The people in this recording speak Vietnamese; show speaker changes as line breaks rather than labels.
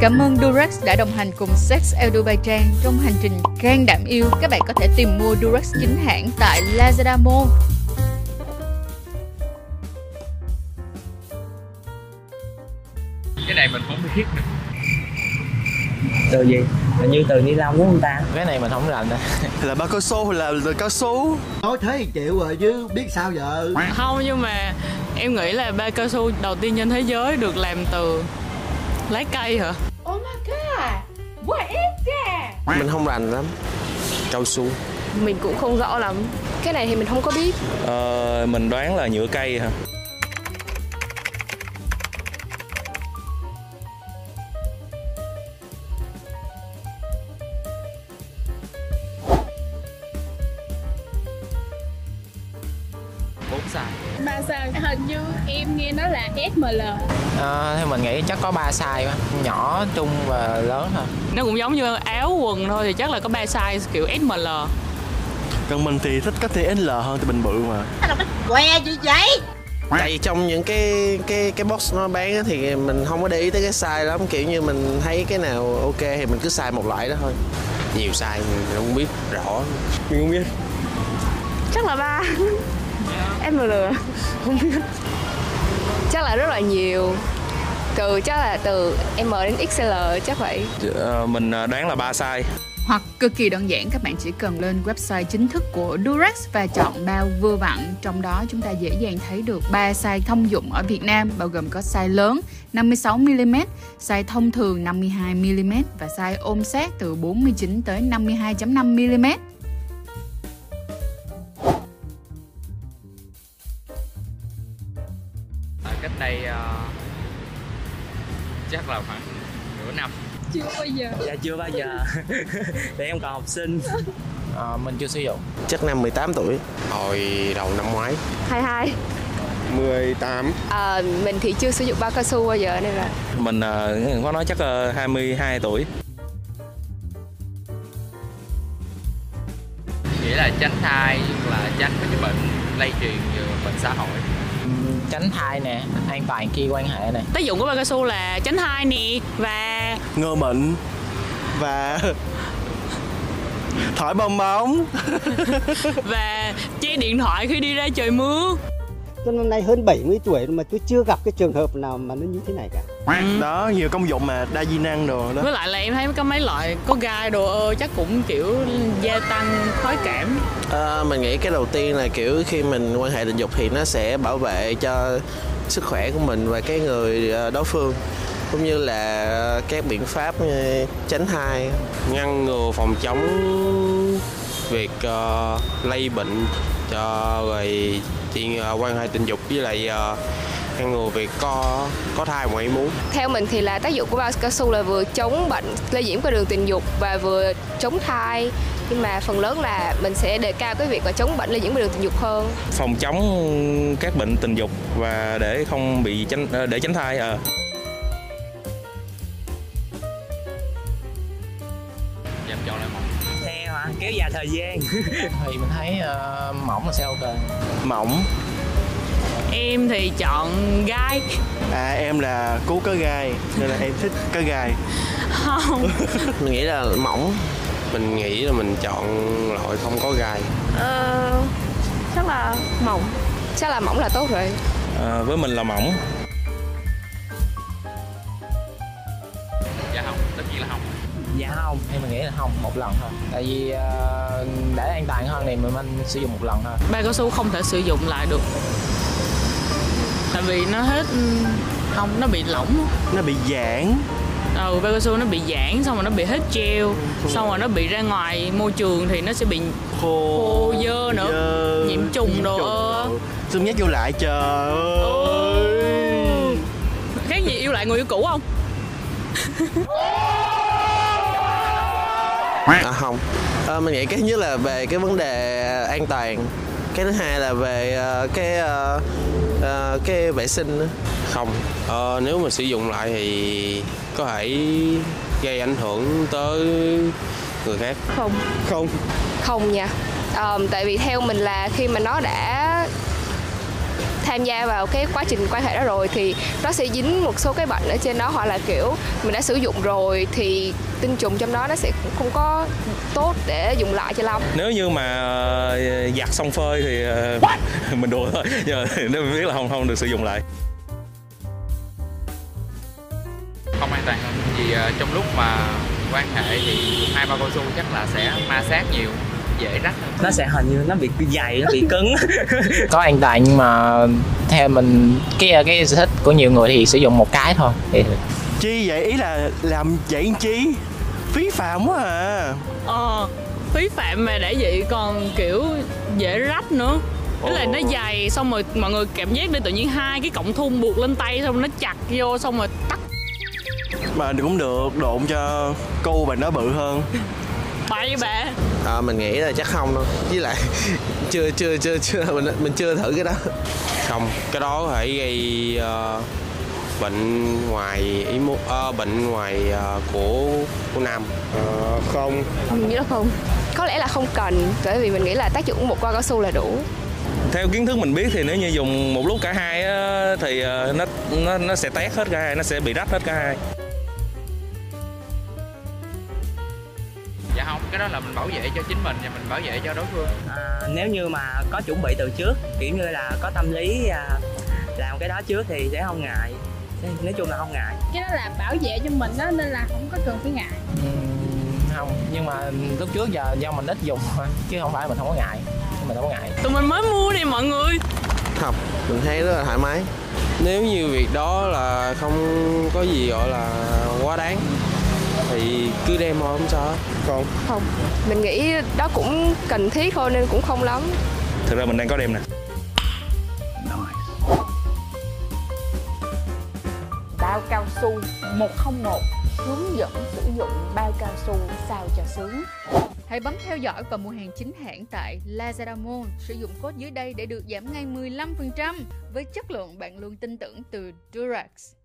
Cảm ơn Durex đã đồng hành cùng Sex El Dubai Trang trong hành trình gan đảm yêu. Các bạn có thể tìm mua Durex chính hãng tại Lazada Mall.
cái này mình không biết nữa.
từ gì là như từ ni lông của người ta
cái này mình không rành đâu
là bao cao su là lời cao su
nói thế thì chịu rồi chứ biết sao giờ
Không nhưng mà em nghĩ là ba cao su đầu tiên trên thế giới được làm từ lá cây hả?
Oh my god! What is that?
mình không rành lắm cao su
mình cũng không rõ lắm cái này thì mình không có biết
ờ, mình đoán là nhựa cây hả
bốn sai
Ba sao? Hình như em nghe nó là SML
ờ, theo mình nghĩ chắc có ba size quá nhỏ trung và lớn thôi
Nó cũng giống như áo quần thôi thì chắc là có ba size kiểu SML.
còn mình thì thích cái TSL hơn thì mình bự mà
Que gì vậy?
tại vì trong những cái cái cái box nó bán á thì mình không có để ý tới cái size lắm kiểu như mình thấy cái nào ok thì mình cứ xài một loại đó thôi nhiều size mình không biết rõ mình không biết
chắc là ba
Dạ.
em vừa lừa không biết chắc là rất là nhiều từ chắc là từ M đến XL chắc vậy
ờ, mình ờ, đoán là ba size
Hoặc cực kỳ đơn giản các bạn chỉ cần lên website chính thức của Durex và chọn bao vừa vặn. Trong đó chúng ta dễ dàng thấy được ba size thông dụng ở Việt Nam bao gồm có size lớn 56mm, size thông thường 52mm và size ôm sát từ 49 tới 52.5mm.
À, cách đây ờ, chắc là khoảng nửa năm
Chưa bao giờ
dạ chưa bao giờ để em còn học sinh
ờ, mình chưa sử dụng
chắc năm 18 tuổi hồi đầu năm ngoái
22
18
à, mình thì chưa sử dụng bao cao su bao giờ nên là
mình uh, có nói chắc uh, 22 tuổi
nghĩa là tránh thai nhưng là tránh mấy cái bệnh lây truyền như bệnh xã hội
tránh thai nè an toàn khi quan hệ nè
Tác dụng của ba cao su là tránh thai nè và
ngơ mịn và thổi bong bóng
và che điện thoại khi đi ra trời mưa.
tôi năm nay hơn 70 tuổi mà tôi chưa gặp cái trường hợp nào mà nó như thế này cả
đó nhiều công dụng mà đa di năng đồ đó
Với lại là em thấy có mấy loại có gai đồ ơ chắc cũng kiểu gia tăng khói cảm.
à, mình nghĩ cái đầu tiên là kiểu khi mình quan hệ tình dục thì nó sẽ bảo vệ cho sức khỏe của mình và cái người ờ, đối phương cũng như là các biện pháp ờ, tránh thai
ngăn ngừa phòng chống việc ờ, lây bệnh cho rồi chuyện quan hệ tình dục với lại ờ, ngăn ngừa việc có có thai ngoài ý muốn
theo mình thì là tác dụng của bao cao su là vừa chống bệnh lây nhiễm qua đường tình dục và vừa chống thai nhưng mà phần lớn là mình sẽ đề cao cái việc mà chống bệnh lây nhiễm qua đường tình dục hơn
phòng chống các bệnh tình dục và để không bị tránh ờ, để tránh thai ờ
Giờ em chọn lại một
theo hả kéo dài thời gian
thì mình thấy ờ, mỏng là sẽ ok
mỏng
Em thì chọn gai.
à em là cứu cá gai nên là em thích cá gai
Không.
mình nghĩ là mỏng
mình nghĩ là mình chọn loại không có gai
Ờ, chắc là mỏng chắc là mỏng là tốt rồi
Ờ, với mình là mỏng
dạ không tất nhiên là không
dạ không
thì mình nghĩ là không một lần thôi tại vì ờ, để an toàn hơn thì mình, mình sử dụng một lần thôi
Ba cao su không thể sử dụng lại được. Tại vì nó hết ừ, không nó bị lỏng.
nó bị giãn
ừ bao cao su nó bị giãn xong rồi nó bị hết gel xong rồi nó bị ra ngoài môi trường thì nó sẽ bị khô dơ nữa
dơ,
nhiễm trùng đồ ờ. ơ
xương nhắc vô lại trời ơi
khác gì yêu lại người yêu cũ không
à, không à, mình nghĩ cái thứ nhất là về cái vấn đề an toàn cái thứ hai là về ờ, cái ờ, ờ, cái vệ sinh nữa.
không ờ, nếu mà sử dụng lại thì có thể gây ảnh hưởng tới người khác
không
không
không nha Ờ, tại vì theo mình là khi mà nó đã tham gia vào cái quá trình quan hệ đó rồi thì nó sẽ dính một số cái bệnh ở trên đó hoặc là kiểu mình đã sử dụng rồi thì tinh trùng trong đó nó sẽ không có tốt để dùng lại cho lắm
nếu như mà ờ, giặt xong phơi thì ờ, mình đùa thôi nhưng mà nếu mình biết là không không được sử dụng lại
không an toàn hơn vì ờ, trong lúc mà quan hệ thì hai bao cao su chắc là sẽ ma sát nhiều dễ rách hơn.
nó sẽ hình như nó bị dày nó bị cứng
có an toàn nhưng mà theo mình cái cái sở thích của nhiều người thì sử dụng một cái thôi thì
chi vậy ý là làm vậy làm chi phí phạm quá à
Ờ, phí phạm mà đã vậy còn kiểu dễ rách nữa Tức là nó dày xong rồi mọi người cảm giác đi tự nhiên hai cái cọng thun buộc lên tay xong nó chặt vô xong rồi tắt
mà cũng được độn cho cô bạn đó bự hơn
bay bả
Ờ, mình nghĩ là chắc không đâu với lại chưa chưa chưa chưa mình mình chưa thử cái đó
không cái đó có thể gây ờ, bệnh ngoài ý muốn ờ, bệnh ngoài ờ, của của nam không
mình nghĩ là không có lẽ là không cần bởi vì mình nghĩ là tác dụng của một con cao su là đủ
theo kiến thức mình biết thì nếu như dùng một lúc cả hai á, thì ờ, nó nó nó sẽ tét hết cả hai nó sẽ bị rách hết cả hai
dạ không cái đó là mình bảo vệ cho chính mình và mình bảo vệ cho đối phương
à, nếu như mà có chuẩn bị từ trước kiểu như là có tâm lý à, làm cái đó trước thì sẽ không ngại nói chung là không ngại
cái đó là bảo vệ cho mình đó nên là không có cần phải ngại
Ừ, không nhưng mà lúc trước giờ do mình ít dùng thôi chứ không phải mình không có ngại mình không có ngại
tụi mình mới mua nè mọi người
không mình thấy rất là thoải mái
nếu như việc đó là không có gì gọi là quá đáng thì cứ đem thôi không sao
không
không mình nghĩ đó cũng cần thiết thôi nên cũng không lắm
thực ra mình đang có đem nè
bao cao su 101 hướng dẫn sử dụng bao cao su sao cho sướng.
Hãy bấm theo dõi và mua hàng chính hãng tại Lazada Mall. Sử dụng code dưới đây để được giảm ngay 15% với chất lượng bạn luôn tin tưởng từ Durax.